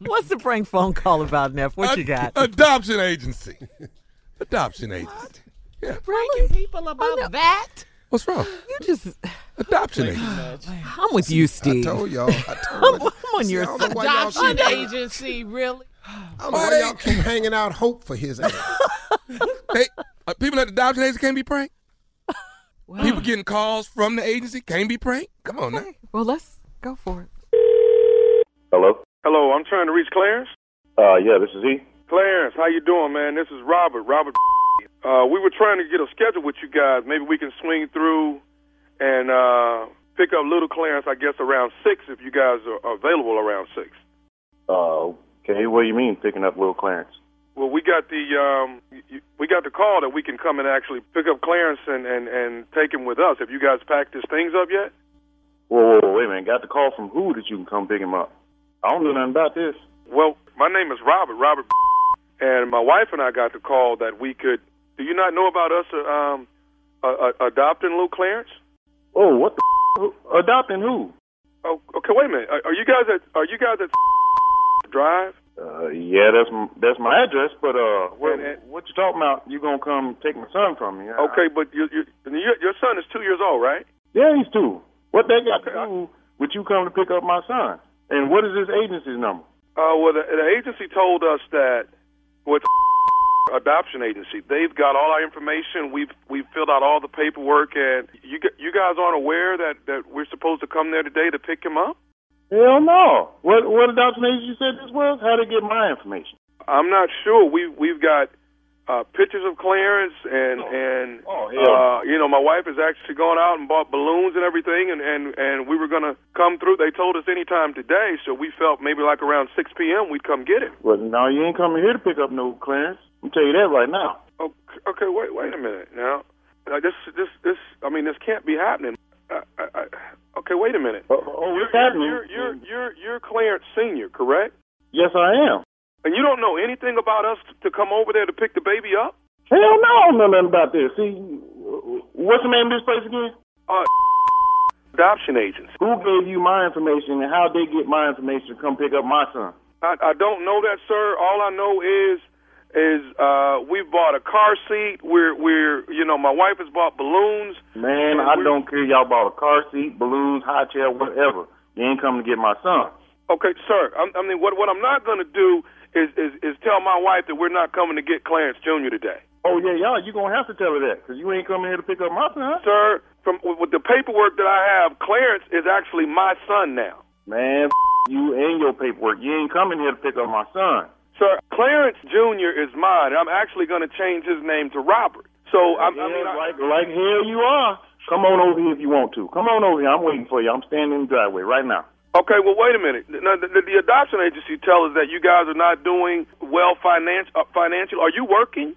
What's the prank phone call about, Neff? What you got? Adoption agency. Adoption agency. Yeah. Breaking people about that. What's wrong? You just, Adoption agency. I'm with you, I Steve. told y'all. I told you. I'm on See, your I don't know why y'all Adoption keep, I agency, really? don't know why y'all keep hanging out hope for his ass. They, uh, people at the adoption agency can't be pranked. People getting calls from the agency can't be pranked. Come on now. Well, let's go for it. Hello? Hello, I'm trying to reach Clarence. Uh, yeah, this is he. Clarence, how you doing, man? This is Robert. Robert. Uh, we were trying to get a schedule with you guys. Maybe we can swing through and uh, pick up little Clarence, I guess, around six if you guys are available around six. Uh, okay, what do you mean picking up Lil Clarence? Well, we got the um, y- y- we got the call that we can come and actually pick up Clarence and, and, and take him with us. Have you guys packed his things up yet? Whoa, whoa, whoa, wait a minute. Got the call from who that you can come pick him up? I don't know nothing about this. Well, my name is Robert. Robert, and my wife and I got the call that we could. Do you not know about us uh, um, uh, uh, adopting little Clarence? Oh, what the who- Adopting who? Oh, okay. Wait a minute. Are, are you guys at? Are you guys at Drive? Uh, yeah, that's m- that's my address, but uh, what, And- and- what you talking about? You gonna come take my son from me? I- Okay, but you, you, your your son is two years old, right? yeah, he's two. What they got Okay, I- to do with you coming to pick up my son? And what is this agency's number? Uh, well, the, the agency told us that with adoption agency, they've got all our information. We've we've filled out all the paperwork, and you gu- you guys aren't aware that that we're supposed to come there today to pick him up. Hell no. What what adoption agency you said this was? How they get my information? I'm not sure. We we've got uh, pictures of Clarence and and Oh, hell. uh, you know my wife has actually gone out and bought balloons and everything, and and and we were gonna come through. They told us any time today, so we felt maybe like around 6 p.m. we'd come get it. Well, no, you ain't coming here to pick up no Clarence. I'm tell you that right now. Okay, okay wait wait a minute now. Uh, this this this I mean this can't be happening. I, I, I, okay, wait a minute. Oh, oh You're, what's happening? you're you're you're you're Clarence Senior, correct? Yes, I am. And you don't know anything about us to come over there to pick the baby up? Hell no, I don't know nothing about this. See, what's the name of this place again? Uh, adoption agents. Who gave you my information and how they get my information to come pick up my son? I, I don't know that, sir. All I know is is uh we've bought a car seat. We're we're you know my wife has bought balloons. Man, I don't care. Y'all bought a car seat, balloons, high chair, whatever. You ain't coming to get my son. Okay, sir. I'm, I mean, what what I'm not going to do is, is is tell my wife that we're not coming to get Clarence Jr. today, Oh yeah, y'all, you gonna have to tell her that, 'cause you ain't coming here to pick up my son. sir. From with with the paperwork that I have, Clarence is actually my son now, Man, you and your paperwork. You ain't coming here to pick up my son. sir. Clarence Jr. is mine. I'm actually going to change his name to Robert. So I'm, Yeah, I mean, I, like, like hell you are. Come on over here if you want to. Come on over here. I'm waiting for you. I'm standing in the driveway right now. Okay, well, wait a minute. Now, the, the adoption agency tells us that you guys are not doing well finan- uh, financially. Are you working?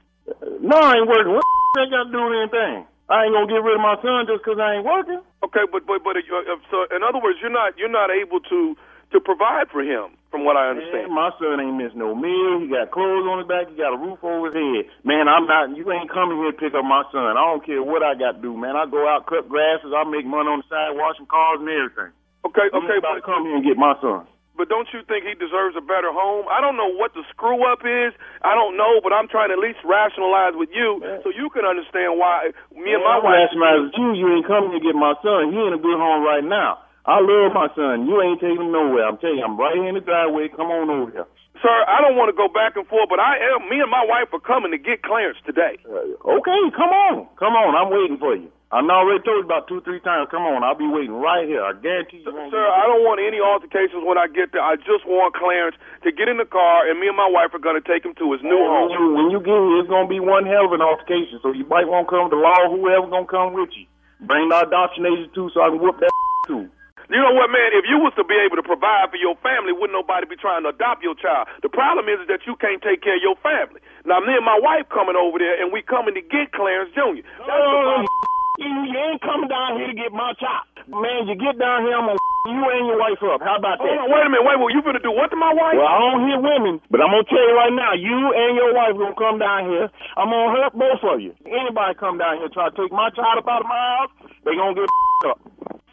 No, I ain't working. What the that got to do with anything? I ain't gonna get rid of my son just 'cause I ain't working. Okay, but but but uh, uh, so in other words, you're not you're not able to to provide for him, from what I Man, understand. my son ain't missed no meal. He got clothes on his back. He got a roof over his head. Man, I'm not. You ain't coming here to pick up my son. I don't care what I got to do, man. I go out, cut grasses. I make money on the side, washing cars and everything. Okay, You ain't okay, about to but, come here and get my son. but don't you think he deserves a better home? I don't know what the screw up is. I don't know, but I'm trying to at least rationalize with you so you can understand why me and I'm my wife. rationalizing with you. You ain't coming to get my son. He in a good home right now. I love my son. You ain't taking him nowhere. I'm telling you, I'm right here in the driveway. Come on over here. Sir, I don't want to go back and forth, but I am. Me and my wife are coming to get Clarence today. Uh, Okay, come on. Come on. I'm waiting for you. I done already told you about two, three times. Come on. I'll be waiting right here. I guarantee you. won't Sir, I don't want any altercations when I get there. I just want Clarence to get in the car, and me and my wife are going to take him to his new when home. you, when you get here, it's gonna be one hell of an altercation. So you might want to come to law, whoever gonna come with you. Bring the adoption agent too, so I can whoop that too. You know what, man? If you was to be able to provide for your family, wouldn't nobody be trying to adopt your child? The problem is, is that you can't take care of your family. Now, me and my wife coming over there, and we coming to get Clarence Jr. That's the Oh, problem. you, you ain't coming down here to get my chop. Man, you get down here, I'm gonna you and your wife up. How about Hold that? on, wait a minute, wait, what you gonna do what to my wife? Well, I don't hear women, but I'm gonna tell you right now, you and your wife gonna come down here. I'm gonna hurt both of you. Anybody come down here try to take my child up out of my house, they gonna get up.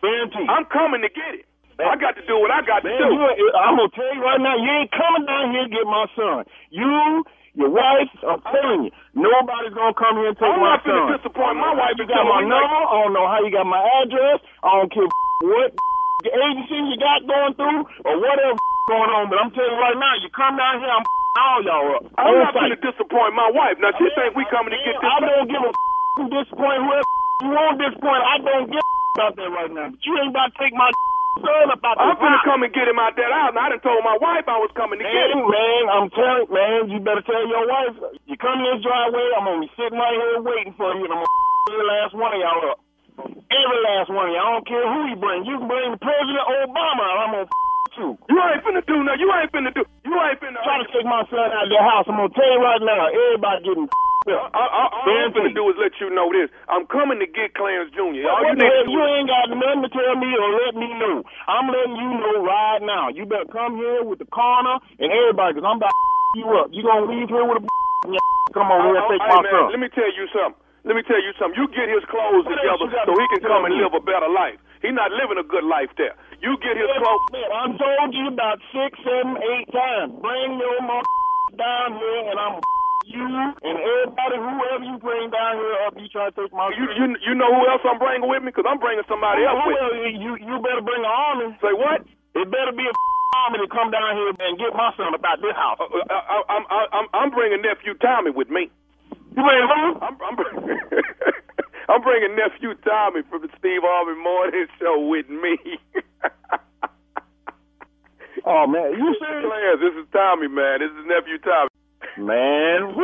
Guaranteed. I'm coming to get it. I got to do what I got to Man, do. you, I'm gonna tell you right now, you ain't coming down here to get my son. You, your wife, I'm telling you, nobody's gonna come here and take I'm my not son. gonna disappoint my wife You and got tell my her number. I don't know how you got my address. I don't care what agency you got going through or whatever going on. But I'm telling you right now, you come down here, I'm all y'all up. I'm On not sight. gonna disappoint my wife. Now she think we coming to get I this. don't give a who disappoint whoever you want disappoint. I don't give a about that right now. But you ain't about to take my son about I'm this. gonna house. come and get him out that house. And I done told my wife I was coming to get Man, him. man, I'm telling man, you better tell your wife. You come in this driveway, I'm gonna be sitting right here waiting for you, and I'm gonna every last one of y'all up. Every last one of y'all. I don't care who you bring. You can bring President Obama, and I'm gonna you. You ain't finna do nothing. You ain't finna do. You ain't finna. uh, Try to take my son out of their house. I'm gonna tell you right now, everybody getting I, I, I, uh, all I'm Man, gonna please. do is let you know this. I'm coming to get Clarence Jr. All you What the need to hell? do You is- ain't got nothing to tell me or let me know. I'm letting you know right now. You better come here with the corner and everybody, because I'm about to you up. You gonna leave here with a in your Come on, we'll Oh, take hey, my man, son. Let me tell you something. Let me tell you something. You get his clothes What else you together got so he can to come and do? live a better life. He's not living a good life there. You get his clothes. Man, I told you about six, seven, eight times. Bring your mother down here, and I'm you and everybody, whoever you bring down here, up. You try to take my You you you know who else I'm bringing with me? Because I'm bringing somebody else with. me. Well, you you better bring an army. Say what? It better be a army to come down here and get my son about this house. Uh, uh, I, I, I'm I'm I'm bringing nephew Tommy with me. You bring who? I'm I'm, bringing- I'm bringing nephew Tommy from the Steve Harvey Morning Show with me. Oh man, you serious? Clarence, this is Tommy, man. This is nephew Tommy. Man, woo,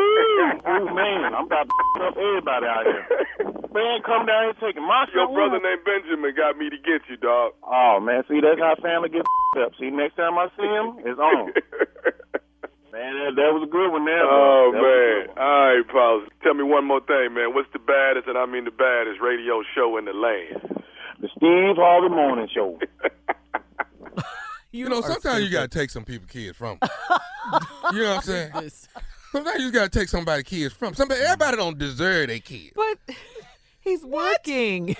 woo, man, I'm about to up everybody out here. Man, come down here taking my Your son. brother named Benjamin got me to get you, dog. Oh man, see that's how family gets up. See, next time I see him, it's on. Man, that, that was a good one there. oh bro. That was a man! good one. All right, pause. Tell me one more thing, man. What's the baddest, and I mean the baddest, radio show in the land? The Steve Harvey Morning Show. You know, sometimes you gotta take some people kids from. 'em. you know what I'm saying? This. Sometimes you just gotta take somebody kids from. Somebody everybody don't deserve their kids. But he's working.